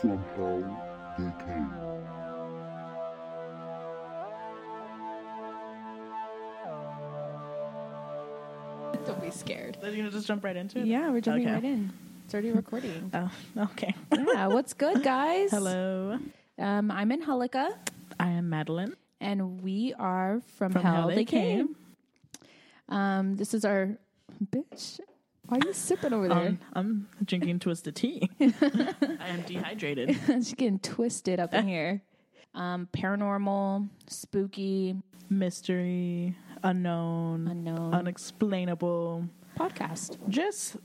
Somehow they came. Don't be scared. Are you gonna just jump right into it? Yeah, we're jumping Okay. right in. It's already recording. Oh, okay. yeah, what's good, guys? Hello, Um, I'm in Hulika, I am Madeline. and we are from, From Hell Hell They They Came. Um, this is our bitch. Why are you sipping over there? Um, I'm drinking twisted tea. I am dehydrated. She's getting twisted up in here. Um, paranormal, spooky, Mystery, unknown, Unknown. unexplainable. podcast. Just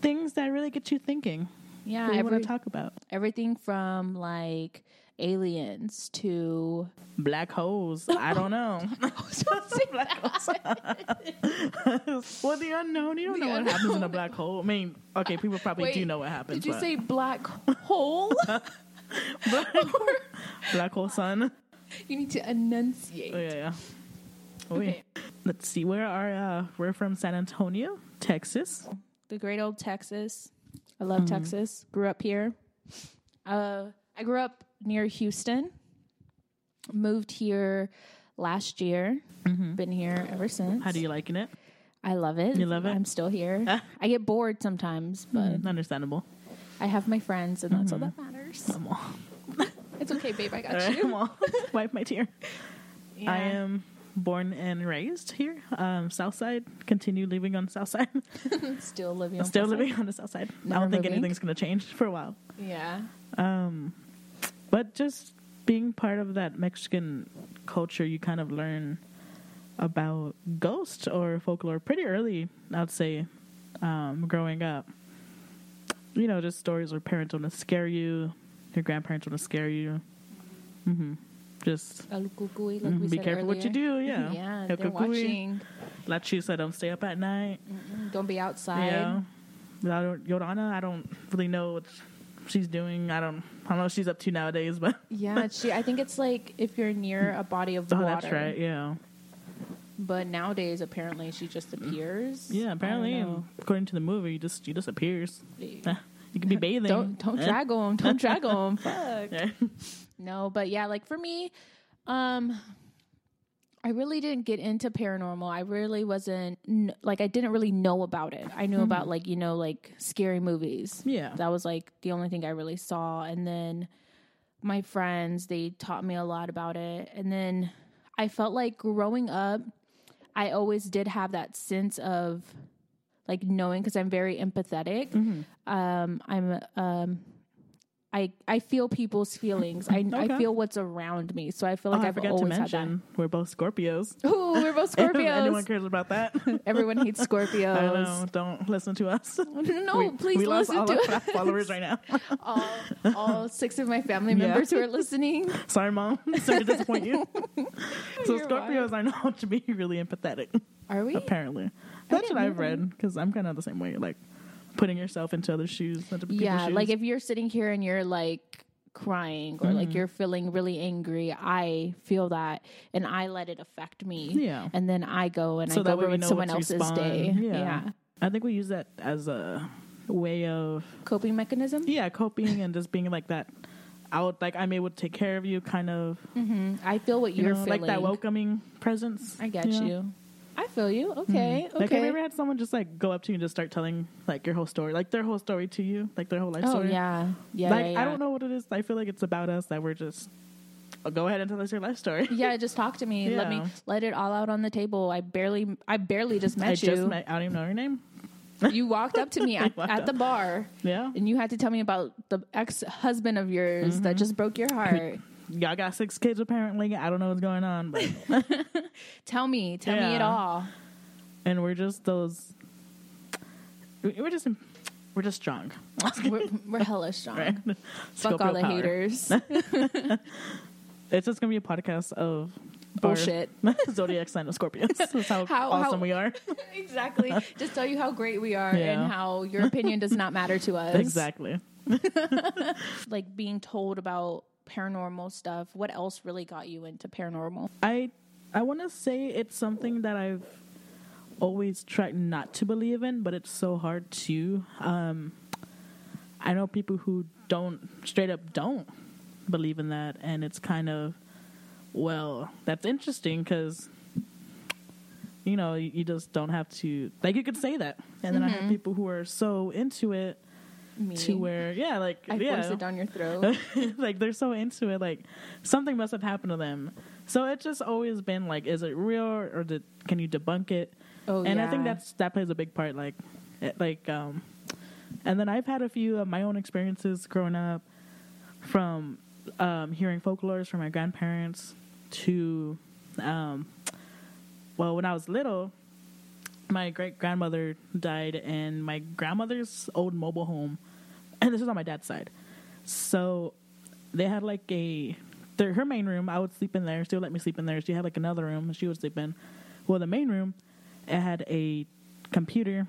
things that really get you thinking. Yeah, What do you want every- to talk about? everything from like aliens to Black holes. I don't know. Black holes. well, the unknown. You don't know what happens in a black hole. I mean, okay, people probably do Wait, know what happens. Did you but say black hole? black hole sun? you need to enunciate. Oh, yeah, yeah. Oh, yeah. Okay. Let's see. Where are uh, we're from? San Antonio, Texas. The great old Texas. I love Mm-hmm. Texas. Grew up here. Uh, I grew up near Houston. Moved here last year. Been here ever since. Mm-hmm. How do you liking it? I love it. You love it? I'm still here. I get bored sometimes, but Mm-hmm. Understandable. I have my friends, and that's all that Mm-hmm. matters. I'm all, It's okay, babe. I got all right, you. I'm all- wipe my tear. I Yeah. am born and raised here, um, Southside. Continue living on Southside. Still living. on Still Southside. living on the Southside. I Never don't think moving. anything's going to change for a while. Yeah. But just being part of that Mexican culture, you kind of learn about ghosts or folklore pretty early, I'd say, um, growing up. You know, just stories where parents want to scare you, your grandparents want to scare you. hmm Just El cucuy, like we Mm-hmm. be said careful what you earlier. do. Yeah. Yeah, El they're cucuy. watching. La Chusa, don't stay up at night. Don't be outside. Yeah. I don't, Yolanda, I don't really know what she's doing. I don't, I don't know what she's up to nowadays, but Yeah, she. I think it's like if you're near a body of oh, water. that's right. Yeah. But nowadays, apparently, she just appears. I Mm. Yeah, don't apparently, know. according to the movie, you just you disappears. Yeah. You could be bathing. Don't don't Eh. draggle him. Don't draggle him. Fuck. Yeah. No, but yeah, like for me, um, I really didn't get into paranormal. I really wasn't kn- like I didn't really know about it. I knew about like you know like scary movies. Mm-hmm. Yeah. that was like the only thing I really saw. And then my friends they taught me a lot about it. And then I felt like growing up, I always did have that sense of like knowing because I'm very empathetic. Mm-hmm. Um, I'm um. I, I feel people's feelings. I, I Okay. feel what's around me. So I feel Oh, like I I've forgot to always had that. mention we're both Scorpios. Ooh, we're both If anyone Scorpios. cares about that, Everyone hates Scorpios. I know. Don't listen to us. No, please we lost listen all to of our followers right now. all, all six of my family members who are listening. Sorry, mom. Sorry to disappoint you. so You're Scorpios are known to be really empathetic. Are we? Apparently, that's didn't what know I've read. Because I'm kind of the same way. Like putting yourself into other shoes. Into people's Yeah, shoes. like if you're sitting here and you're like crying or Mm-hmm. like you're feeling really angry, I feel that and I let it affect me. Yeah. And then I go and I go way we ruin know someone what to else's respond. day. Yeah. I think we use that as a way of Coping mechanism? yeah coping and just being like that out like I'm able to take care of you kind of you I feel what you are know, feeling. like that welcoming presence. I get know? you. I feel Mm. you. Okay. Like have you Okay. ever had someone just like go up to you and just start telling like your whole story, like their whole story to you, like their whole life oh, story? yeah. Yeah. Like yeah, yeah. I don't know what it is. I feel like it's about us that we're just oh, go ahead and tell us your life story. Yeah, just talk to me. Let me Yeah. let it all out on the table. I barely, I barely just met I you. just met, I don't even know your name. You walked up to me at, walked at up. the bar, Yeah. and you had to tell me about the ex husband of yours that just broke your heart. Y'all got six kids apparently. I don't know what's going on, but tell me, tell me it Yeah. all. and we're just those we're just we're just strong We're, we're hella strong. right Fuck all the haters. it's just gonna be a podcast of our Bullshit. zodiac sign of scorpions that's how, How- awesome how- we are exactly. Just tell you how great we are Yeah. and how your opinion does not matter to us. exactly Like being told about paranormal stuff. What else really got you into paranormal? i i want to say it's something that i've always tried not to believe in but it's so hard to um I know people who don't straight up don't believe in that, and it's kind of well, that's interesting because you know you, you just don't have to like you could say that, and then I Mm-hmm. have people who are so into it Me. to where yeah, like I yeah, force it down your throat. like they're so into it like something must have happened to them so it's just always been like is it real or did, can you debunk it Oh, and i think yeah. that's that plays a big part like it- like um and then i've had a few of my own experiences growing up from um hearing folklores from my grandparents to um well when i was little my great grandmother died and my grandmother's old mobile home and this is on my dad's side so they had like a their, her main room i would sleep in there she would let me sleep in there she had like another room she would sleep in well the main room it had a computer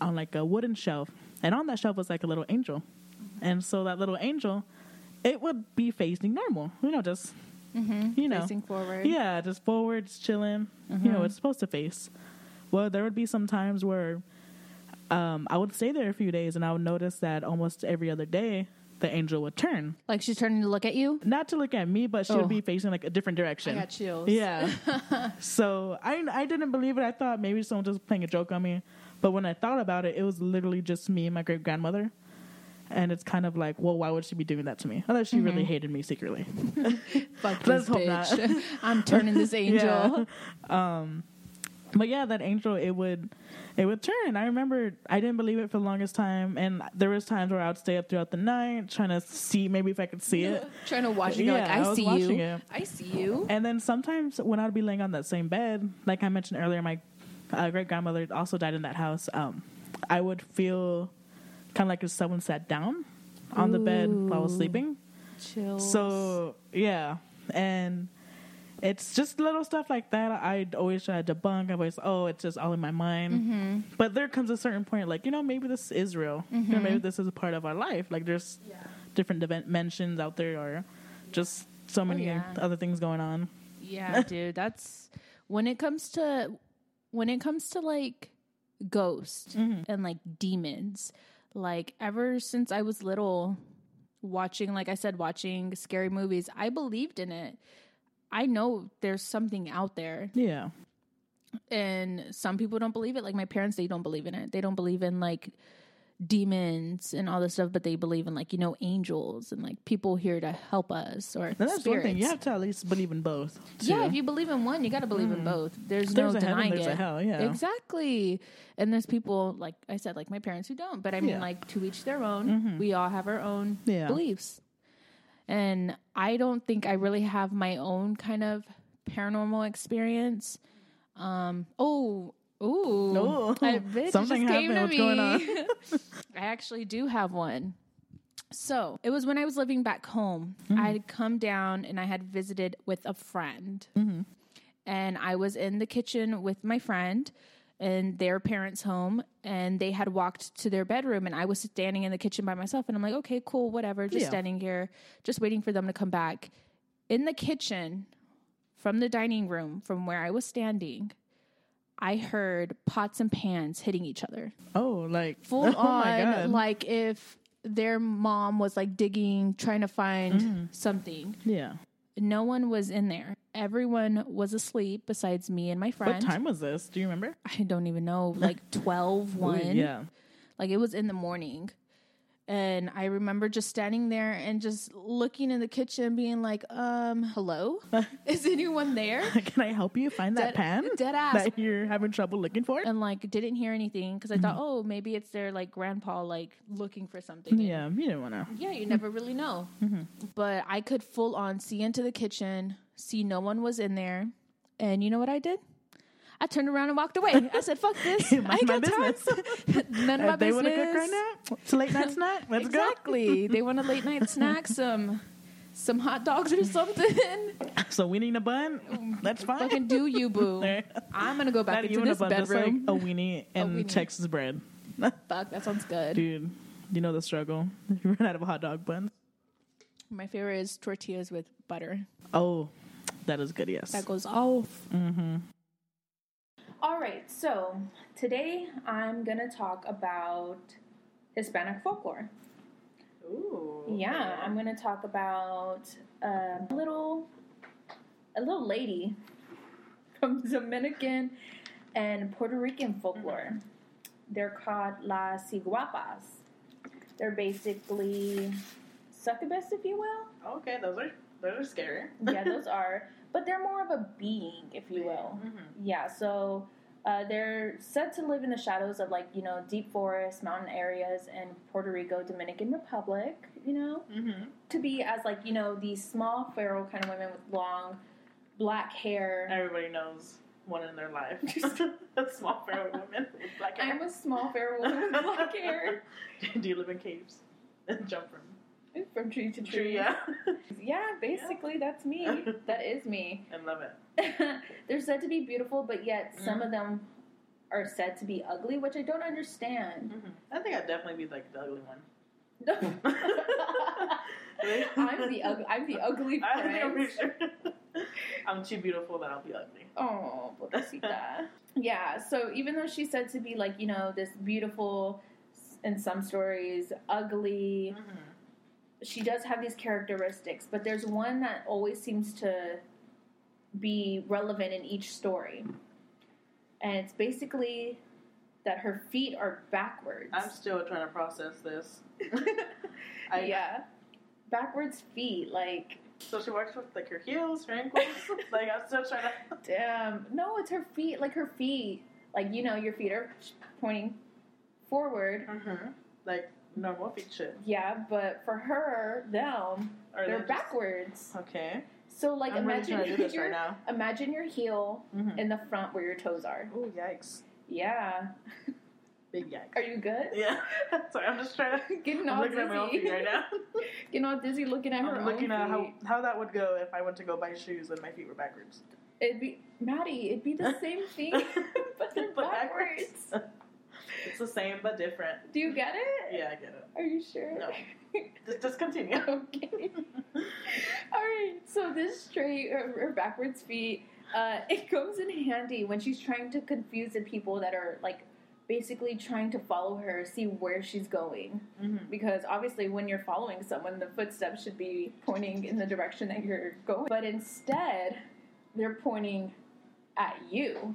on like a wooden shelf and on that shelf was like a little angel and so that little angel it would be facing normal you know just you know Facing forward. Mm-hmm. yeah, just forward, just chilling. You know, it's supposed to face. Well, there would be some times where um, I would stay there a few days, and I would notice that almost every other day the angel would turn, Like she's turning to look at you. not to look at me, but she Oh. would be facing like a different direction. I got chills. Yeah. so I I didn't believe it. I thought maybe someone was just playing a joke on me, but when I thought about it, it was literally just me and my great grandmother. And it's kind of like, well, why would she be doing that to me? Unless Mm-hmm. she really hated me secretly. Fuck Let's this hope not. bitch. I'm turning this angel. Yeah. but yeah, that angel it would it would turn. And I remember I didn't believe it for the longest time, and there was times where I would stay up throughout the night trying to see maybe if I could see it. Trying to watch you. You're Yeah, like, I I, was see watching you. it. I see you. And then sometimes when I'd be laying on that same bed, like I mentioned earlier, my uh, great grandmother also died in that house. Um, I would feel kind of like if someone sat down on the bed while I was Ooh. sleeping. Chills. So yeah, and it's just little stuff like that. I always try to debunk. I always oh, it's just all in my mind. Mm-hmm. But there comes a certain point, like you know, maybe this is real. Mm-hmm. You know, maybe this is a part of our life. Like there's different dimensions out there, or just so many Oh, yeah. other things going on. Yeah, dude, that's when it comes to when it comes to like ghosts Mm-hmm. and like demons. Like ever since I was little watching like I said watching scary movies, I believed in it. I know there's something out there Yeah, and some people don't believe it. Like my parents, they don't believe in it. They don't believe in like demons and all this stuff, but they believe in like, you know, angels and like people here to help us or and that's spirits. one thing. You have to at least believe in both. Yeah, too. if you believe in one, you got to believe in both. There's, Mm. There's no a heaven, denying there's it. a hell, yeah. exactly. And there's people like I said, like my parents who don't. But I mean, Yeah. Mm-hmm. like to each their own. We all have our own Yeah. beliefs, and I don't think I really have my own kind of paranormal experience. Um. Oh. Ooh. Oh, I, bitch, something it just came happened. to What's going me. I actually do have one. So it was when I was living back home. I had come down and I had visited with a friend. And I was in the kitchen with my friend in their parents' home. And they had walked to their bedroom. And I was standing in the kitchen by myself. And I'm like, okay, cool, whatever. Just Yeah. standing here, just waiting for them to come back. In the kitchen from the dining room, from where I was standing, I heard pots and pans hitting each other oh, like full oh my on God. like if their mom was like digging trying to find Mm. something yeah. no one was in there everyone was asleep besides me and my friend What time was this? Do you remember? i don't even know like 12 Ooh, 1 yeah. like it was in the morning and i remember just standing there and just looking in the kitchen being like um hello is anyone there Can I help you find that Dead- pan dead ass. Um, that you're having trouble looking for? and like didn't hear anything because i Mm. thought oh maybe it's their like grandpa like looking for something And Yeah, you didn't want to. Yeah, you never really know. Mm-hmm. But I could full on see into the kitchen, see no one was in there. And you know what I did? I turned around and walked away. I said, fuck this. Mind I ain't my got time. None of my If Uh, they want to business. cook right now, it's a late night snack. Let's exactly. they want a late night snack, some some hot dogs or something. go. So we need a bun. That's fine. Um, Fucking do you, boo. There. I'm going to go back Not into even a this bun, just like bedroom. a weenie and weenie. Texas bread. Fuck, that sounds good. Dude, you know the struggle. You run out of hot dog buns. My favorite is tortillas with butter. Oh, that is good, yes. that goes off. All right, so today I'm going to talk about Hispanic folklore. Ooh. Yeah, I'm gonna talk about um, a little, a little lady from Dominican and Puerto Rican folklore. They're called las ciguapas. They're basically succubus, if you will. Okay, those are those are scary. Yeah, those are, but they're more of a being, if you will. Mm-hmm. Yeah, so uh, they're said to live in the shadows of like you know deep forests, mountain areas, and Puerto Rico, Dominican Republic. You know, Mm-hmm. hmm to be as like you know these small feral kind of women with long black hair. Everybody knows one in their life. a small fair woman with black hair. I'm a small feral woman with black hair Do you live in caves and jump from from tree to tree. tree? Yeah, Yeah, basically that's me. That is me. and love it. They're said to be beautiful, but yet some of them are said to be ugly, which I don't understand. I think I'd definitely be like the ugly one. I'm the ugly. I'm the ugly I think I'm friend. pretty sure. I'm too beautiful that I'll be ugly. Oh, pobrecita. yeah, so even though she's said to be like, you know, this beautiful, in some stories, ugly, she does have these characteristics, but there's one that always seems to be relevant in each story. And it's basically that her feet are backwards. I'm still trying to process this. I, yeah. Backwards feet, like, So she works with like her heels, her ankles. like I'm still trying to. damn. No, it's her feet, like her feet. Like, you know, your feet are pointing forward. Like normal feet shit. Yeah, but for her, them, Or they're just- backwards. Okay. So like, I'm really imagine trying to do this your right now. imagine your heel Mm-hmm. in the front where your toes are. Oh yikes! Yeah, Big yikes. are you good? Yeah. Sorry, I'm just trying to. Getting I'm all looking at my own dizzy. feet right now. Getting all dizzy looking at her I'm looking own at how, feet. how that would go if I went to go buy shoes and my feet were backwards. It'd be Maddie. It'd be the same thing, but they're But backwards. it's the same but different. Do you get it? Yeah, I get it. Are you sure? No. Just, just continue. okay. All right. So this straight or, or backwards feet, uh, it comes in handy when she's trying to confuse the people that are like basically trying to follow her, see where she's going. Mhm. Because obviously, when you're following someone, the footsteps should be pointing in the direction that you're going. But instead, they're pointing at you.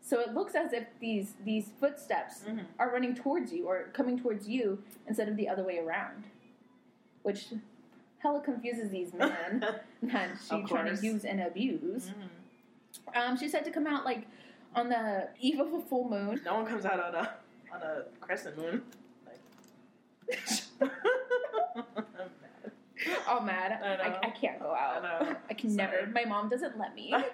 So it looks as if these these footsteps Mhm. are running towards you or coming towards you instead of the other way around, which hella confuses these men that she Of trying course. to use and abuse. Mm-hmm. Um, she said to come out like on the eve of a full moon. No one comes out on a on a crescent moon. Like, All mad. I know. Oh, I, I can't go I out. know. I can never. Sorry. My mom doesn't let me. I'm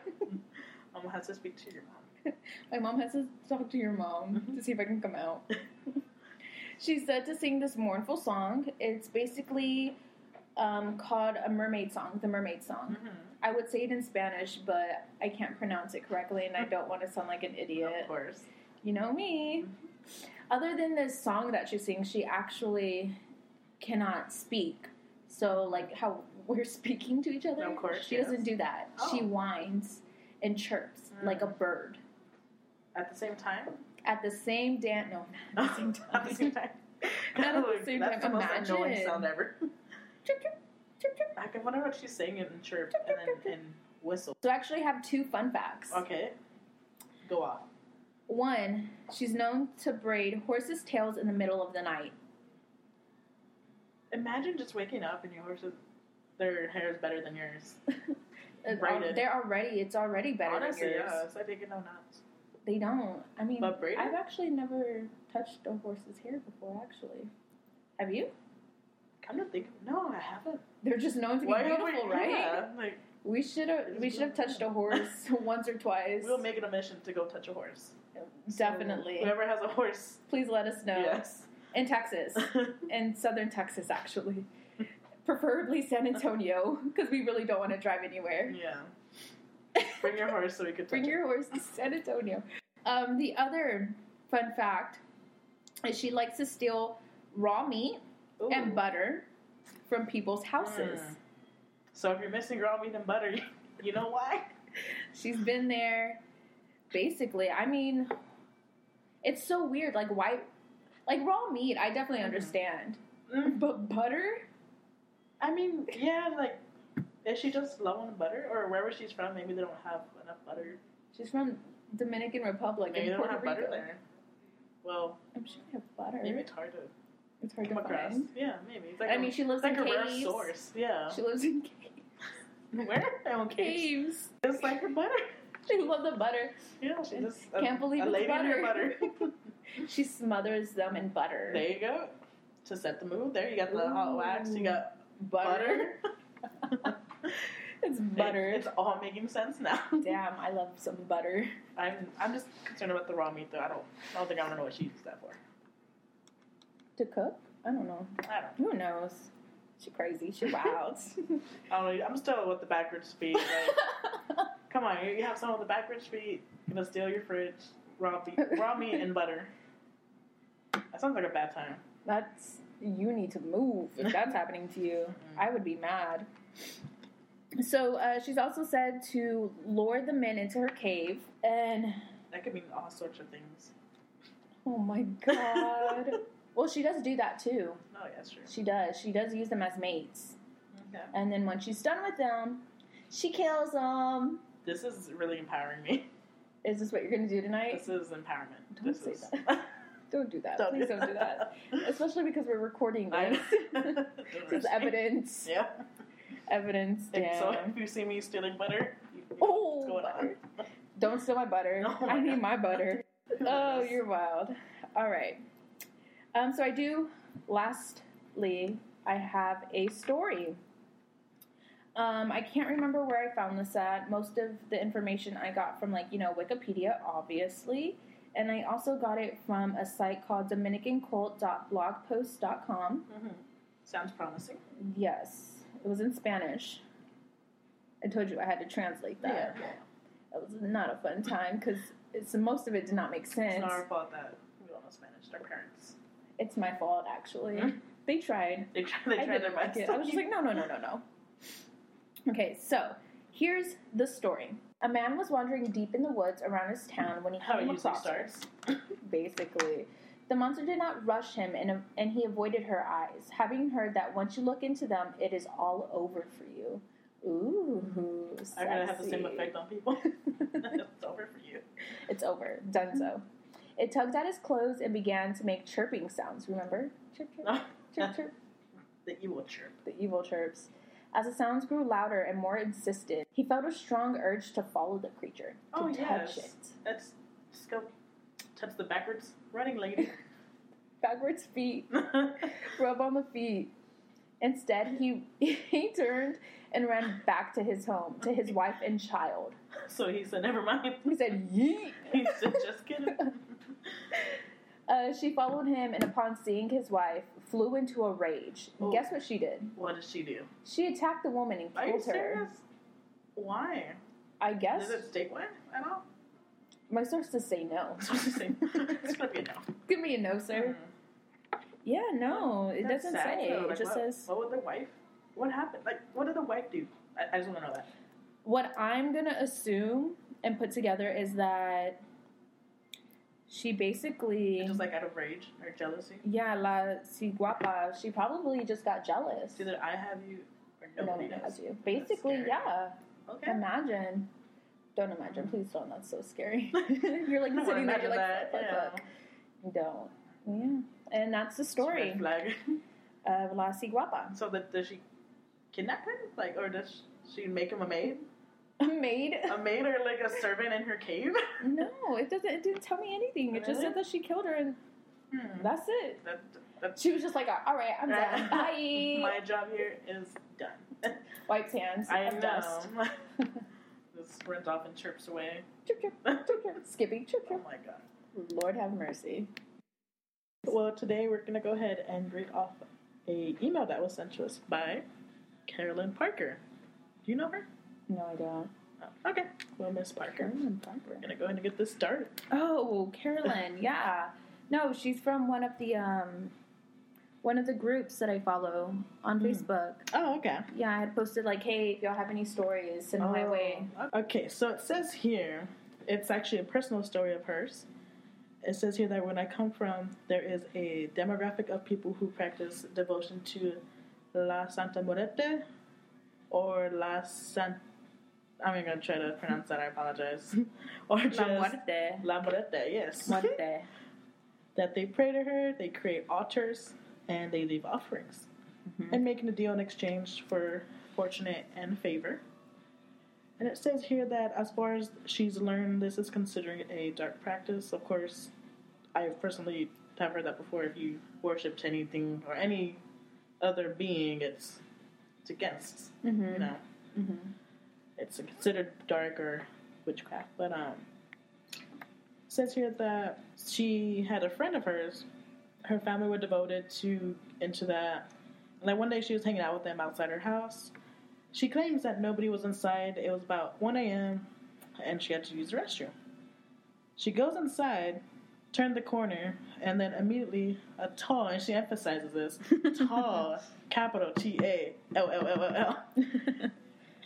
gonna have to speak to your mom. My mom has to talk to your mom Mm-hmm. to see if I can come out. She's said to sing this mournful song. It's basically um, called a mermaid song, the mermaid song. Mm-hmm. I would say it in Spanish, but I can't pronounce it correctly, and I don't want to sound like an Of idiot. course. Mm-hmm. You know me. Other than this song that she sings, she actually cannot speak. So, like how we're speaking to each other, Of course, she yes. doesn't do that. She Oh. Mm. whines and chirps like a bird. At the same time. At the same damn no, not at the same time. at the same time. Not at the same That's time, the most annoying imagine. sound ever. Chirp, chirp, chirp, chirp. I can wonder what she's saying and chirp and then and whistle. So I actually have two fun facts. Okay. Go off. One, she's known to braid horses' tails in the middle of the night. Imagine just waking up and your horse's their hair is better than yours. Uh, Braided. They're already it's already better Honestly, than yours. yeah. It's like they get no knots. They don't. I mean, But braided? I've actually never touched a horse's hair before. Actually, have you? Come to think, of- no, I haven't. They're just known to be haven't beautiful, we- right? yeah, like We should have. It's We should have beautiful. touched a horse once or twice. we'll make it a mission to go touch a horse. Definitely. Whoever has a horse, Please let us know. yes. In Texas, in southern Texas, actually, preferably San Antonio, because we really don't want to drive anywhere. yeah. Bring your horse so we could touch Bring your horse to San Antonio. Um, the other fun fact is she likes to steal raw meat it. Ooh. and butter from people's houses. Mm. So if you're missing raw meat and butter, you, you know why? She's been there basically. I mean, it's so weird. Like, why? Like, raw meat, I definitely Mhm. understand. But butter? I mean, yeah, like, is she just low on butter, or wherever she's from, maybe they don't have enough butter. She's from Dominican Republic Maybe they and don't Puerto have Rico. butter there. Well, I'm sure they have butter. maybe it's hard to It's hard come to across. find. Yeah, maybe. It's like I a- mean, she lives it's like in a rare caves. source. Yeah. She lives in caves. Where? Oh, caves. caves. It's like her butter. She loves the butter. Yeah, she just a, Can't believe a it's lady in her butter. butter. She smothers them in butter. there you go. To set the mood, there you got the hot wax. You got butter. butter. it's butter. It's all making sense now. Damn, I love some butter. I'm I'm just concerned about the raw meat though. I don't I don't think I want to know what she uses that for. To cook? I don't know. I don't. Who knows? She crazy. She wild. I don't know. I'm still with the backwards speed. Like, come on, you, you have someone with the backwards speed gonna steal your fridge, raw meat, raw meat and butter. That sounds like a bad time. That's you need to move if that's happening to you. I would be mad. So uh, she's also said to lure the men into her cave, and That could mean all sorts of things. oh my god. well, she does do that too. Oh yeah, sure. She does. She does use them as mates, Okay. and then when she's done with them, she kills them. This is really empowering me. Is this what you're gonna do tonight? This is empowerment. Don't this say is. that. Don't do that. Don't Please don't do that. Especially because we're recording I- this. this is evidence. Yeah. Evidence. If, Damn. so if you see me stealing butter, you, you know Oh, what's going on. butter. Don't steal my butter. No, I my need God. my butter. oh, you're wild. All right. Um, so I do. Lastly, I have a story. Um, I can't remember where I found this at. Most of the information I got from, like, you know, Wikipedia, obviously. And I also got it from a site called DominicanCult.blogpost.com. Mhm. Sounds promising. Yes, it was in Spanish. I told you I had to translate that. Yeah. It was not a fun time because it's most of it did not make sense. It's not our fault that we don't know Spanish. Our parents. It's my fault actually. Mhm. They tried. They try, they I try their didn't like best. it. I was just like, no, no, no, no, no. Okay, so here's the story. A man was wandering deep in the woods around his town when he How it came usually across her. starts. Basically, the monster did not rush him, and and he avoided her eyes, having heard that once you look into them, it is all over for you. Ooh, I gotta have the same sexy. effect on people. it's over for you. It's over. Dunzo. It tugged at his clothes and began to make chirping sounds. Remember? Chirp, chirp, chirp, chirp. the evil chirp. The evil chirps. As the sounds grew louder and more insistent, he felt a strong urge to follow the creature, to Oh, touch yes. it. Let's just go touch the backwards running lady. Backwards feet, That's rub on the feet. Instead, he he turned and ran back to his home, to his wife and child. so he said, never mind. He said, "Yeet." He said, just kidding. Uh, she followed him, and upon seeing his wife, flew into a rage. Oh. Guess what she did? what does she do? She attacked the woman and Are you killed her. serious? Why? I guess Does it state why? I don't. my sources say no. That's what I'm saying. It's gonna be a no. Give me a no, sir. Yeah, no, it Hmm. That's doesn't sad, say. though. it Like, just what, says What would the wife? What happened? Like, what did the wife do? I, I just want to know that. what I'm gonna assume and put together is that she basically, Just like out of rage or jealousy. yeah, la si guapa. She probably just got jealous. It's either I have you or No nobody one does. has you. Basically, scary. yeah. Okay. Imagine. Don't imagine, please don't. That's so scary. you're like I don't wanna sitting there, imagine you're like, that. fuck, yeah. fuck, fuck. don't. Yeah, and that's the It's a story red flag. of La Si Guapa. So that does she kidnap him? Like, or does she make him a maid? A maid? A maid or like a servant in her cave? No, it doesn't. It didn't tell me anything. It just Really? said that she killed her, and Hmm. that's it. That, that's She was just like, "All right, I'm done. Bye." My job here is done. Wipes hands. I of know. dust. Just runs off and chirps away. Chirp, chirp, oh chirp, chirp. Skippy, chirp, chirp. my god. Lord have mercy. Well, today we're gonna go ahead and read off a email that was sent to us by Carolyn Parker. Do you know her? No, I don't. Oh, okay. Well, Miss Parker, Carolyn Parker. we're gonna go ahead and get this started. Oh, Carolyn. Yeah. No, she's from one of the um, one of the groups that I follow on Facebook. Oh, okay. Yeah, I had posted like, "Hey, if y'all have any stories, send my way." Okay, so it says here, it's actually a personal story of hers. It says here that when I come from, there is a demographic of people who practice devotion to La Santa Muerte or La San. I'm going to try to pronounce that. I apologize. or just La muerte. La Muerte, yes. Muerte. that they pray to her, they create altars, and they leave offerings, and making a deal in exchange for fortunate and favor. And it says here that as far as she's learned, this is considered a dark practice. Of course, I personally have heard that before. If you worshipped anything or any other being, it's it's against you know. It's considered dark or witchcraft, but um, says here that she had a friend of hers. Her family were devoted to into that. And like one day she was hanging out with them outside her house. She claims that nobody was inside. It was about 1 a.m. and she had to use the restroom. She goes inside, turned the corner, and then immediately a tall, and she emphasizes this, tall, capital T A L L L L L,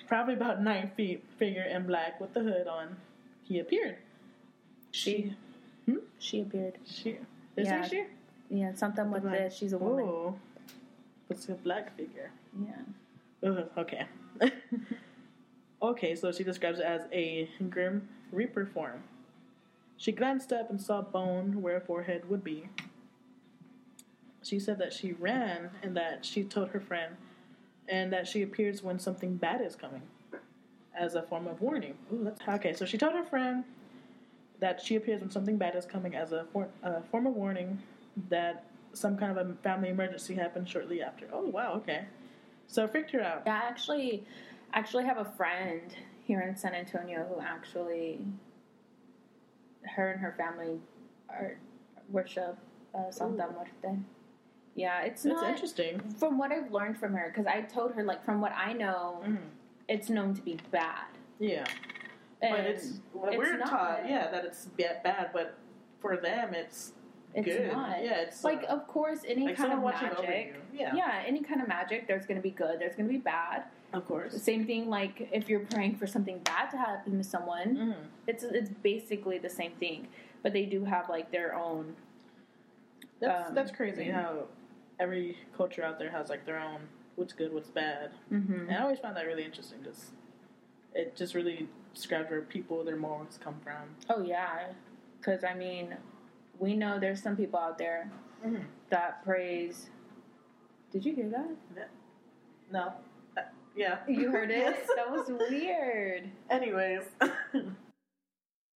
probably about nine feet, figure in black with the hood on, he appeared. She. Hmm? She appeared. She. Is Yeah. yeah. she? Yeah, something with the Black. she's a woman. Oh, it's a black figure. Yeah. Ugh, okay. okay, so she describes it as a grim reaper form. She glanced up and saw bone where a forehead would be. She said that she ran and that she told her friend, and that she appears when something bad is coming, as a form of warning. Ooh, that's okay. So she told her friend that she appears when something bad is coming as a, for, a form of warning that some kind of a family emergency happened shortly after. Oh wow, okay. So it freaked her out. Yeah, I actually actually have a friend here in San Antonio who actually her and her family are worship uh, Santa Muerte. Yeah, it's That's not interesting. from what I've learned from her because I told her like from what I know, Mm-hmm. it's known to be bad. Yeah, And but it's, well, it's we're not. taught yeah that it's ba- bad, but for them it's it's good. not. Yeah, it's like uh, of course any like kind someone of watching magic. over you. Yeah. any kind of magic. There's going to be good. There's going to be bad. of course. Same thing. Like if you're praying for something bad to happen to someone, Mm. it's it's basically the same thing, but they do have like their own. That's Um, that's crazy how every culture out there has like their own what's good, what's bad, Mm-hmm. and I always found that really interesting. Just it just really describes where people their morals come from. Oh yeah, because I mean, we know there's some people out there Mhm. that praise. Did you hear that? No, Uh, yeah, You heard it? Yes. That was weird. Anyways,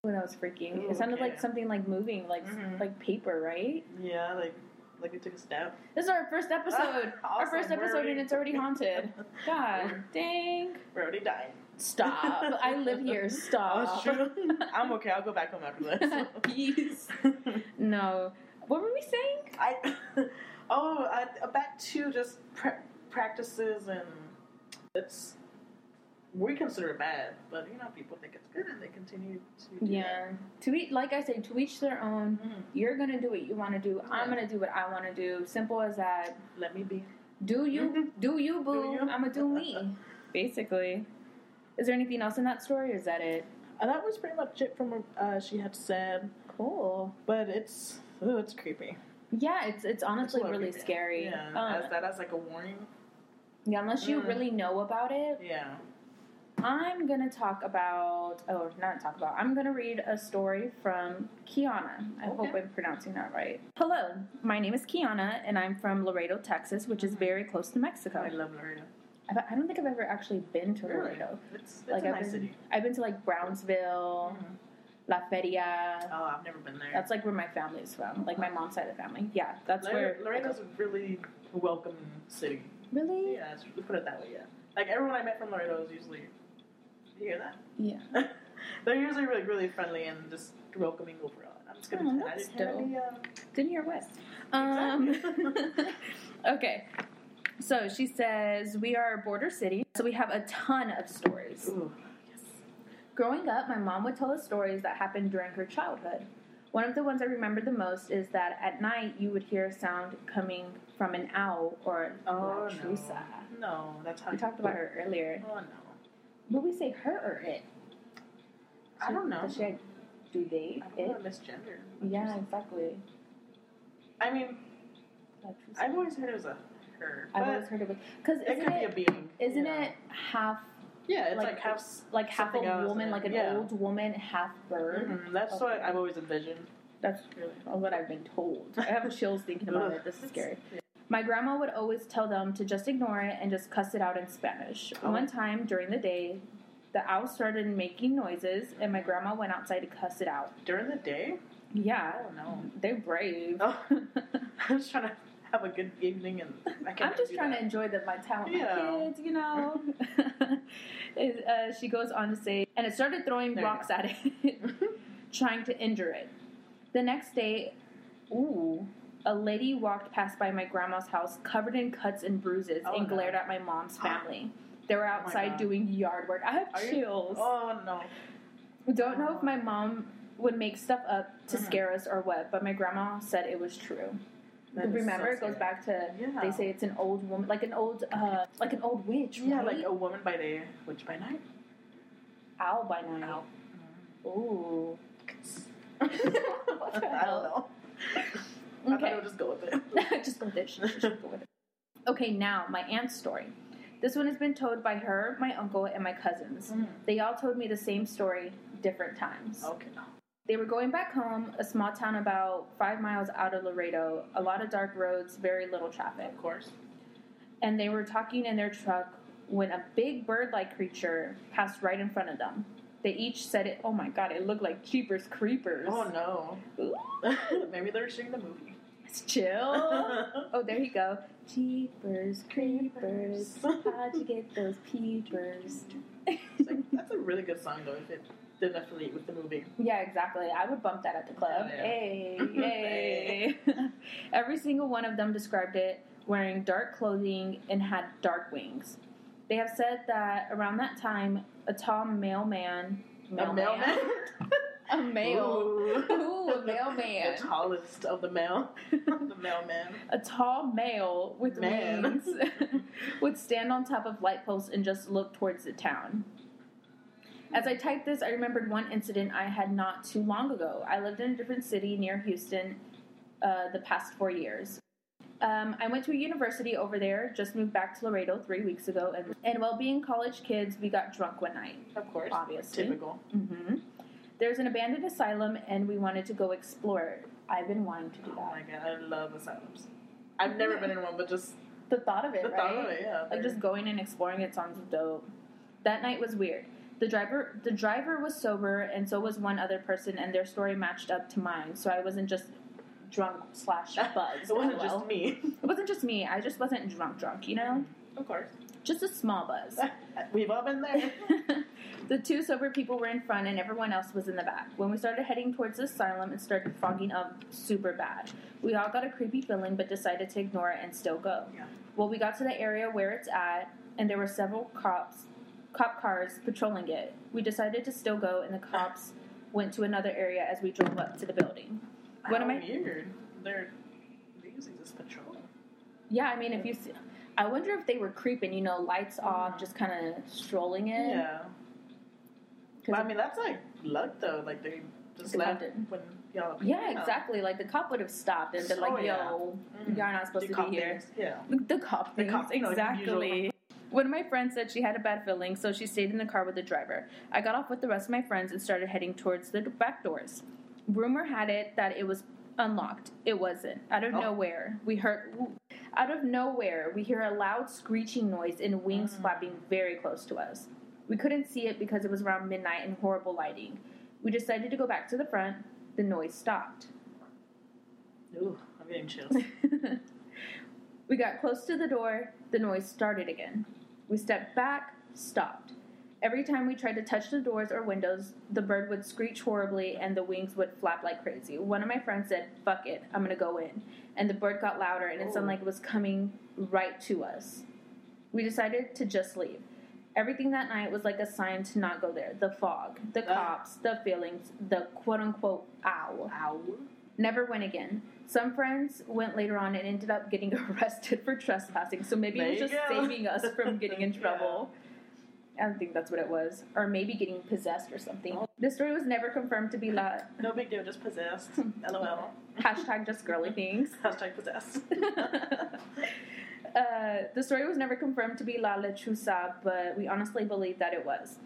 Oh, that was freaking. Ooh, it sounded okay. like something like moving, like Mhm. like paper, right? yeah, like like we took a step. This is our first episode. our Awesome, first we're episode, already- and it's Ah, already haunted. God dang! We're already dying. Stop! I live here. Stop. Oh, That's true. I'm okay. I'll go back home after this. Peace. No. What were we saying? I oh I, back to just pra- practices and it's we consider it bad, but you know people think it's good and they continue to do Yeah. To each, like I said, to each their own. that. Mm, You're gonna do what you want to do. I'm gonna do what I want to do. Simple as that. let me be. Mm-hmm. Do you? do you, boo? you. I'm gonna do me. Basically. Is there anything else in that story, or is that it? Uh, that was pretty much it from what uh, she had said, Cool. but it's oh, it's creepy. Yeah, it's it's honestly It's a little really creepy. Uh. scary. Yeah, Um, as that as like a warning. yeah, unless you Mm. really know about it. Yeah. I'm gonna talk about, oh, not talk about. I'm gonna read a story from Kiana. I hope Okay. I'm pronouncing that right. Hello, my name is Kiana, and I'm from Laredo, Texas, which is very close to Mexico. I love Laredo. I've- I don't think I've ever actually been to Laredo. It's, it's Like a I've nice been, city. I've been to like Brownsville, Mhm. La Feria. Oh, I've never been there. That's like where my family is from, like my mom's side of the family. Yeah, that's where. Laredo, Laredo's a really welcoming city. really? Yeah, let's put it that way. Yeah, like everyone I met from Laredo is usually. You hear that? Yeah. They're usually really, really friendly and just welcoming overall. I'm just gonna. Oh, tell- I that's didn't hear dope. any, um, Didn't hear what. Um, Exactly. okay. So she says, We are a border city, so we have a ton of stories. um, ooh, Growing up, my mom would tell us stories that happened during her childhood. One of the ones I remember the most is that at night you would hear a sound coming from an owl or oh la no, chusa. no, that's how We talked about her earlier. Oh no, Would we say her or it? I don't know. Does she have do they? I It? don't know, misgender. Yeah, exactly. I mean, That's just- I've always heard it was a her, but I've always heard of it because it isn't could it, be a being. isn't yeah. it half Yeah, it's like- like, half. like half Something a else, woman, yeah. like an Yeah. old woman, half bird? Oh. Mhm, That's what I've always envisioned. That's really what I've been told. I have chills thinking about it. This is scary. My grandma would always tell them to just ignore it and just cuss it out in Spanish. Oh. One time during the day, the owl started making noises, and my grandma went outside to cuss it out. During the day, Yeah, I don't know. they're brave. Oh. I'm just trying to have a good evening, and I can't I'm just do trying that. to enjoy the, my time with Yeah. my kids, you know. Is- uh, she goes on to say, and it started throwing There you rocks at it, trying to injure it. The next day, ooh, a lady walked past by my grandma's house covered in cuts and bruises Oh, and no. Oh glared at my mom's family. They were outside God. doing yard work. I have Are you- chills. Oh no! Don't know if my mom would make stuff up to Mm-hmm. scare us or what, but my grandma said it was true. That is so Remember, it goes scary. back to Yeah. they say it's an old woman, like an old, uh, like an old witch. Yeah, right? like a woman by day, witch by night. owl by night. Owl. Ooh. I the hell? don't know. I thought I would just go with it. just go with it. Sh- sh- sh- go with it. Okay, now my aunt's story. This one has been told by her, my uncle, and my cousins. They all told me the same story different times. Okay. They were going back home, a small town about five miles out of Laredo, a lot of dark roads, very little traffic. Of course. And they were talking in their truck when a big bird like creature passed right in front of them. They each said it, oh my god, it looked like Jeepers Creepers. Oh no. Ooh, Maybe they're shooting the movie. it's chill. Oh, there you go. Jeepers, creepers. How'd you get those peepers? It's like, that's a really good song though. If it didn't affiliate with the movie. yeah, exactly. I would bump that at the club. Oh, yeah. Hey, hey. Every single one of them described it wearing dark clothing and had dark wings. They have said that around that time, a tall mailman. A mailman. A male. Ooh. Ooh, a mailman. The tallest of the male. the mailman. a tall male with Man. wings would stand on top of light posts and just look towards the town. As I typed this, I remembered one incident I had not too long ago. I lived in a different city near Houston uh, the past four years. Um, I went to a university over there, just moved back to Laredo three weeks ago, and, and while being college kids, we got drunk one night. Of course. Obviously. Typical. Mm-hmm. There's an abandoned asylum, and we wanted to go explore it. I've been wanting to do Oh my that. god, I love asylums. I've never been in one, but just The thought of it, the right? thought of it, yeah. Like just going and exploring it sounds dope. That night was weird. The driver the driver was sober and so was one other person and their story matched up to mine, so I wasn't just drunk slash buzzed. It wasn't LOL. just me. It wasn't just me. I just wasn't drunk drunk, you know? Of course. Just a small buzz. We've all been there. the two sober people were in front and everyone else was in the back. When we started heading towards the asylum, it started fogging up super bad. We all got a creepy feeling but decided to ignore it and still go. Yeah. Well, we got to the area where it's at and there were several cops cop cars patrolling it. We decided to still go and the cops went to another area as we drove up to the building. What How am I- weird. They're they usually just patrol. Yeah, I mean if you see I wonder if they were creeping, you know, lights off, just kind of strolling in. Uh-huh. Yeah. 'Cause But I it- mean that's like luck though. Like they just They left left it. when y'all Yeah, exactly. Like the cop would have stopped and been Oh, like, "Yo, yeah. Mhm. you're not The supposed to cop be here." things, Yeah. The cop The things, cop, you know, like the usual- exactly. One of my friends said she had a bad feeling, so she stayed in the car with the driver. I got off with the rest of my friends and started heading towards the back doors. Rumor had it that it was unlocked. It wasn't. Out of Oh. nowhere, we heard. Out of nowhere, we hear a loud screeching noise and wings Mm. flapping very close to us. We couldn't see it because it was around midnight and horrible lighting. We decided to go back to the front. The noise stopped. Ooh, I'm getting chills. we got close to the door, the noise started again. We stepped back, stopped. Every time we tried to touch the doors or windows, the bird would screech horribly and the wings would flap like crazy. One of my friends said, Fuck it, I'm gonna go in. And the bird got louder and it sounded Oh. like it was coming right to us. We decided to just leave. Everything that night was like a sign to not go there. The fog, the Ah. cops, the feelings, the quote unquote owl Ow. never went again. Some friends went later on and ended up getting arrested for trespassing, so maybe it was There just you go. saving us from getting in Yeah. trouble. I don't think that's what it was. Or maybe getting possessed or Oh. something. This story was never confirmed to be la- No big deal, just possessed. LOL. hashtag just girly things. Hashtag possessed. Uh, the story was never confirmed to be La Lechuza, but we honestly believe that it was.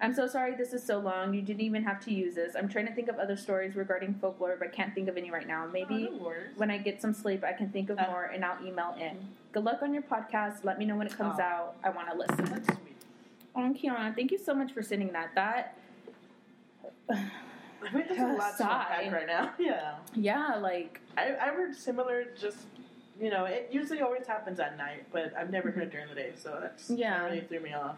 I'm so sorry this is so long. You didn't even have to use this. I'm trying to think of other stories regarding folklore, but can't think of any right now. Maybe Oh, no worries. when I get some sleep, I can think of Uh. more and I'll email in. Good luck on your podcast. Let me know when it comes Aw. out. I want to listen. That's sweet. Oh, Kiana, thank you so much for sending that. That, I mean, there's a lot to Sigh. unpack right now. Yeah. yeah, like, I, I've heard similar, just, you know, it usually always happens at night, but I've never heard it during the day, so that's that Mm-hmm. Yeah. really threw me off.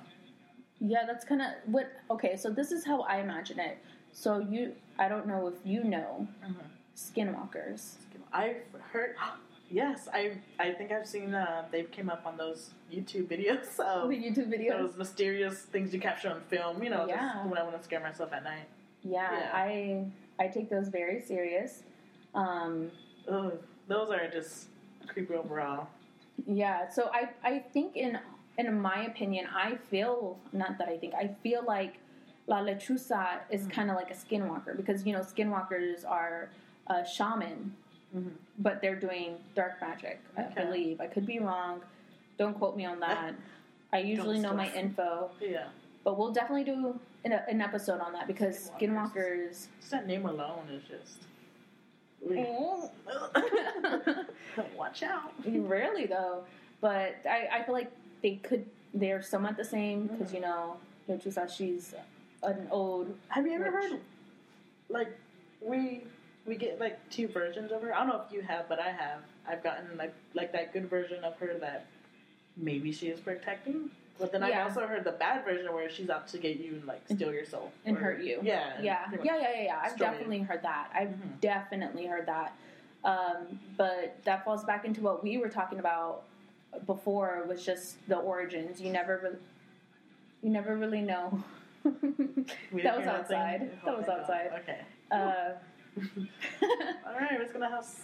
yeah, that's kind of what. Okay, so this is how I imagine it. So you, I don't know if you know skinwalkers. I've heard, yes, I I think I've seen uh, they've came up on those YouTube videos of the YouTube videos. those mysterious things you capture on film. You know, Yeah. just when I want to scare myself at night. Yeah, Yeah. I I take those very serious. Um, Ugh, those are just creepy overall. yeah, so I I think in in my opinion, I feel not that I think I feel like La Lechuza is kind of like a skinwalker because you know skinwalkers are a shaman, Mhm. but they're doing dark magic. I Okay. believe I could be wrong. Don't quote me on that. I usually know my stress. info, Yeah, but we'll definitely do an, an episode on that because Skinwalkers. skinwalkers. just that name alone is just. Ugh. Mm. Watch out. Rarely though, but I, I feel like they could. They're somewhat the same because Mm-hmm. you know Yochusa, she's an old. Have you ever Which- heard? Like, we we get like two versions of her. I don't know if you have, but I have. I've gotten like like that good version of her that maybe she is protecting. But then Yeah. I've also heard the bad version where she's out to get you and like steal your soul and or- hurt you. Yeah, and Yeah, pretty yeah, much- yeah, yeah, yeah. I've Destroy you. definitely heard that. I've Mhm. definitely heard that. Um, but that falls back into what we were talking about before was just the origins. You never, re- you never really know. We that didn't was hear nothing? outside. Oh That was my God. outside. Okay. Uh, All right, we're just gonna house.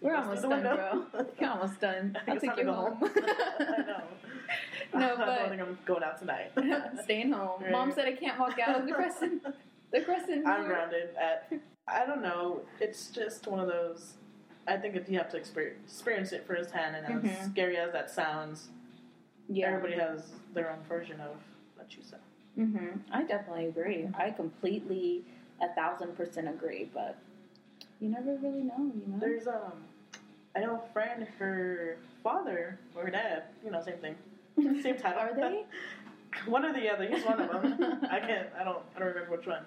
we're let's almost do the done, window. bro. You're almost done. I I'll think it's take time you to go home. I know. No, I but- don't think I'm going out tonight. Staying home. Right. Mom said I can't walk out of the crescent. The crescent. I'm moon. grounded at. I don't know. It's just one of those. I think if you have to exper- experience it firsthand, and as Mhm. scary as that sounds, Yeah. everybody has their own version of what you said. hmm I definitely agree. I completely, a thousand percent agree. But you never really know, you know. There's um, I know a friend, her father or her dad, you know, same thing, same title. Are they? one or the other. He's one of them. I can't. I don't. I don't remember which one.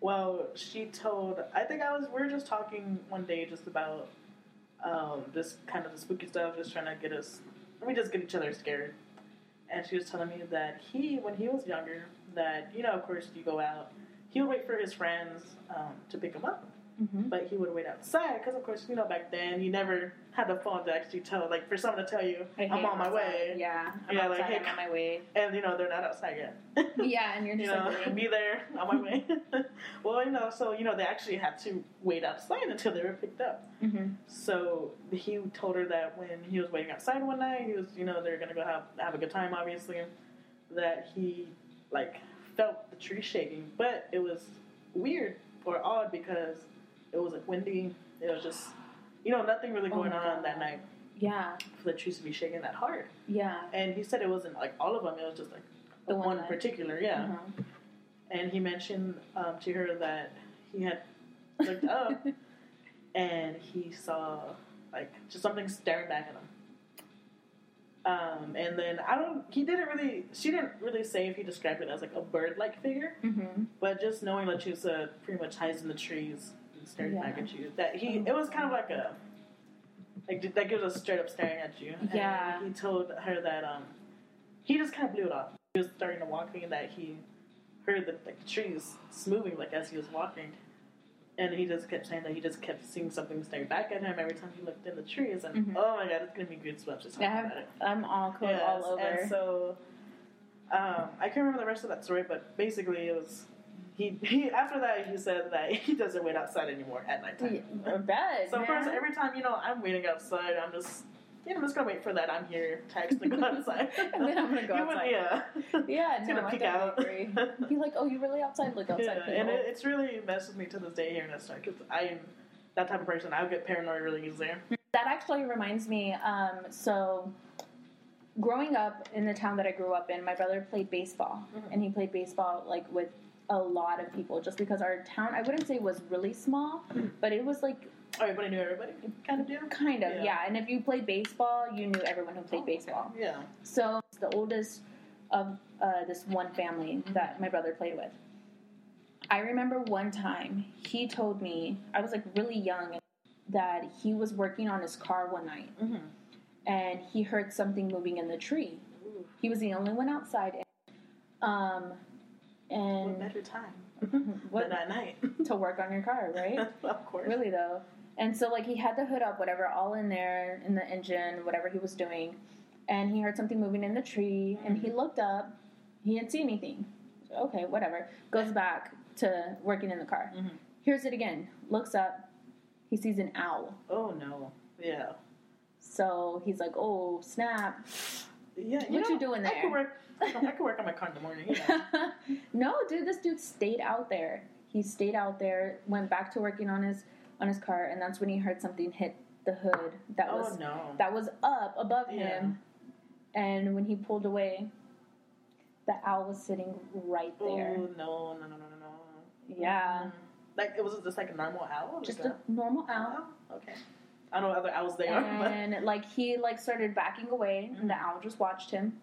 Well, she told. I think I was. We were just talking one day just about um, this kind of the spooky stuff, just trying to get us. We just get each other scared. And she was telling me that he, when he was younger, that you know, of course, you go out. He would wait for his friends um, to pick him up, Mhm. but he would wait outside because, of course, you know, back then you never had the phone to actually tell, like, for someone to tell you, I "I'm hate on my outside. way," Yeah. I'm Yeah, outside. like, hey, I'm on my way. and you know they're not outside yet. Yeah, and you're you just know, like, waiting. be there on my way. well, you know, so you know, they actually had to wait outside until they were picked up. Mhm. So he told her that when he was waiting outside one night, he was, you know, they're gonna go have have a good time, obviously. That he like felt the tree shaking, but it was weird or odd because it was like windy. It was just, you know, nothing really Oh going my on that God. night yeah, for the trees to be shaking that hard. yeah. And he said it wasn't like all of them; it was just like The one one, night. particular, yeah Uh-huh. and he mentioned um, to her that he had looked up and he saw like just something staring back at him. Um, and then I don't. He didn't really. She didn't really say if he described it as like a bird-like figure, Mhm. but just knowing Lechusa uh, pretty much hides in the trees and stares Yeah. back at you. That he. It was kind of like a. Like that gives us straight up staring at you. And Yeah. he told her that um, he just kind of blew it off. He was starting to walk and that he heard that like, the trees moving like as he was walking, and he just kept saying that he just kept seeing something staring back at him every time he looked in the trees. And Mhm. oh my god, it's gonna be goosebumps just I talking have, about it. I'm all cold all Yes, over. And so um, I can't remember the rest of that story, but basically it was. He, he after that he said that he doesn't wait outside anymore at nighttime. Yeah, I bet. So of course man. every time you know I'm waiting outside, I'm just you know, I'm just gonna wait for that. I'm here. Text and go outside. And then I'm gonna go You would- outside. yeah, Yeah, It's no, gonna I peek definitely out. agree. Be like, oh, you really outside? Look outside. yeah. And people. it, it's really messes me to this day hearing that stuff because I am that type of person. I'll get paranoid really easily. that actually reminds me. Um, so, growing up in the town that I grew up in, my brother played baseball, and he played baseball like with a lot of people. Just because our town, I wouldn't say was really small, but it was like Everybody knew everybody. Kind of do. kind of Yeah. Oh, yeah. And if you played baseball, you knew everyone who played baseball. Yeah. So it's the oldest of uh, this one family that my brother played with. I remember one time he told me I was like really young that he was working on his car one night and he heard something moving in the tree. He was the only one outside. Um, What and better time what than at night? to work on your car, right? of course. Really though. And so like he had the hood up, whatever, all in there in the engine, whatever he was doing, and he heard something moving in the tree, and he looked up. He didn't see anything. Okay, whatever. Goes back to working in the car. Hears it again. Looks up. He sees an owl. Oh no. Yeah. So he's like, "Oh snap!" Yeah. You What know, you doing I there? could work. I could work on my car in the morning. You know. no, dude, this dude stayed out there. He stayed out there. Went back to working on his on his car, and that's when he heard something hit the hood. That oh was no. that was up above Yeah. him, and when he pulled away, the owl was sitting right there. Oh no no no no no. no. Mm-hmm. Yeah, Like it was just like a normal owl. just like a normal owl. owl. Okay. I don't know what other owls they are, And like he like started backing away, and the owl just watched him.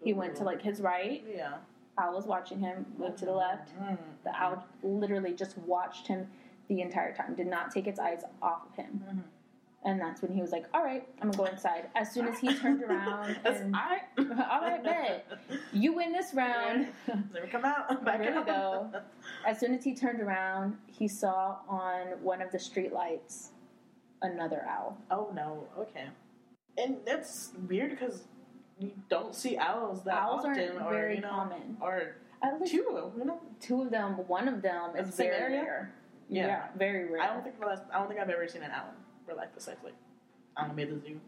but He went Oh. to like his right. Ooh, yeah. Owl was watching him. Went to the left. Mm. The owl literally just watched him the entire time. Did not take its eyes off of him. Mm-hmm. And that's when he was like, "All right, I'm gonna go inside." As soon as he turned around, That's and, all right. all right, bet you win this round. Never come out. Back There you out. go. As soon as he turned around, he saw on one of the streetlights another owl. Oh no. Okay. And that's weird because you don't see owls that Owls often, aren't or very you know, common. or At least two. You know. two of them, one of them In the is same very area? rare. Yeah. very rare. I don't think the last, I don't think I've ever seen an owl for like this actually. I don't know, maybe the zoo.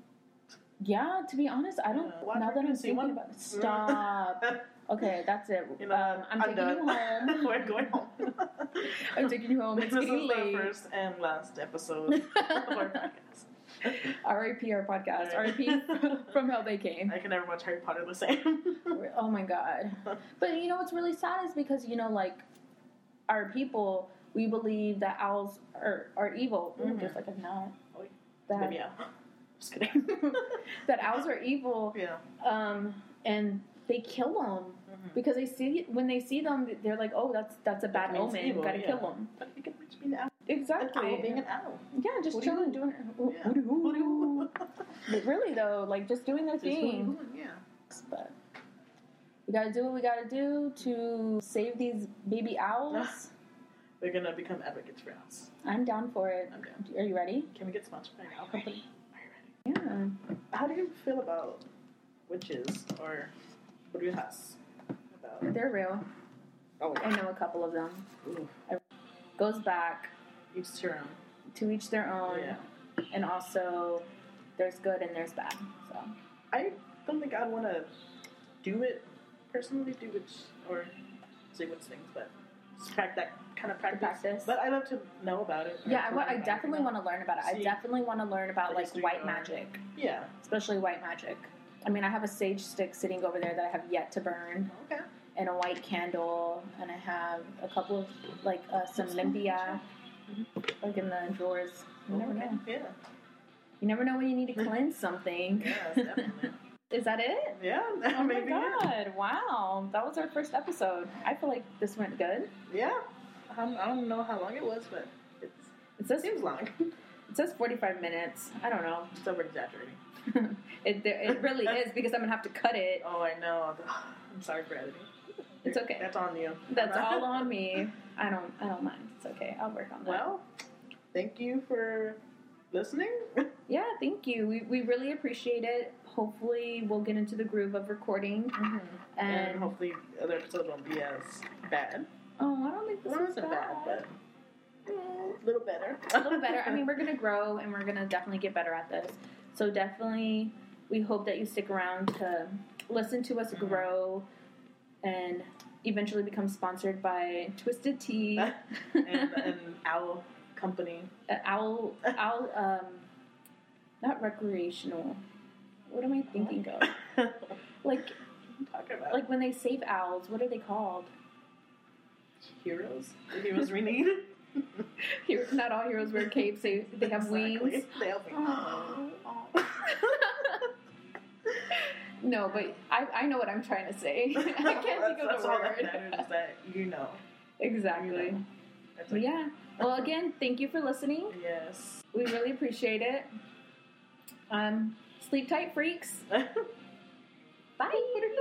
yeah, to be honest, I don't. Yeah. Well, now I've that I'm never thinking seen one. about stop. okay, that's it. You know, um, I'm, taking done. you home. We're going home. I'm taking you home. this It's is getting the late. first and last episode of our podcast. R.I.P. Our podcast. R.I.P. from how they came. I can never watch Harry Potter the same. Oh my god. But you know what's really sad is because you know like our people we believe that owls are, are evil. Ooh, Just like a nut. That, Maybe Mm-hmm. Oh, yeah. Just kidding. that owls are evil yeah. Mm-hmm. um, and they kill them because they see when they see them they're like oh that's that's a bad That means omen evil, gotta yeah. kill them But you can reach me now. An exactly owl being an owl. yeah just What do you chilling doing Yeah. What do you- but really though like just doing their Just what do you thing want, Yeah. but we gotta do what we gotta do to save these baby owls. Ah. We're gonna become advocates for owls. I'm down for it. I'm down. Are you ready? Can we get sponsored by an owl company? Are you ready? Yeah. How do you feel about witches or brujas? About They're real. oh, I know a couple of them. Ooh. Goes back each to their own. to each their own. Yeah. And also, there's good and there's bad. So, I don't think I'd want to do it personally, do witch or say witch things, but just prac- that kind of practice. practice. But I love to know about it. yeah, I, wa- I definitely want to. to learn about it. I See, definitely want to learn about the like history white of- magic, Yeah. especially white magic. I mean, I have a sage stick sitting over there that I have yet to burn, Okay. and a white candle, and I have a couple of like uh, some limbia, like in the drawers. You never Okay. know. Mm-hmm. Oh, Yeah. You never know when you need to cleanse something. Yeah, definitely. Is that it? yeah. Oh my maybe. yeah. god! Wow, that was our first episode. I feel like this went good. Yeah. Um, I don't know how long it was, but it's, It says it seems long. it says forty five minutes. I don't know. it's over exaggerating. it there- it really is because I'm gonna have to cut it. Oh, I know. I'm sorry for editing. It's okay. That's on you. That's all on me. I don't I don't mind. It's okay. I'll work on that. Well, thank you for listening. yeah, thank you. We we really appreciate it. Hopefully, we'll get into the groove of recording. and Mm-hmm. And hopefully the other episodes won't be as bad. oh, I don't think this Well, it is wasn't bad, bad. but mm, a little better. a little better. I mean, we're gonna grow and we're gonna definitely get better at this. So definitely We hope that you stick around to listen to us Mm-hmm. grow and eventually become sponsored by Twisted Tea, and, and uh, Owl Company. Uh, Owl, Owl, um, not recreational. What am I thinking of? Like, Talk about like when they save owls, what are they called? heroes. The heroes we need. Here- Not all heroes wear capes. They they have Exactly. wings. They have wings. No, but I, I know what I'm trying to say. I can't think of That's the all that matters word. is that you know. exactly. That's But like- yeah. Well, again, thank you for listening. Yes. We really appreciate it. Um, sleep tight, freaks. Bye.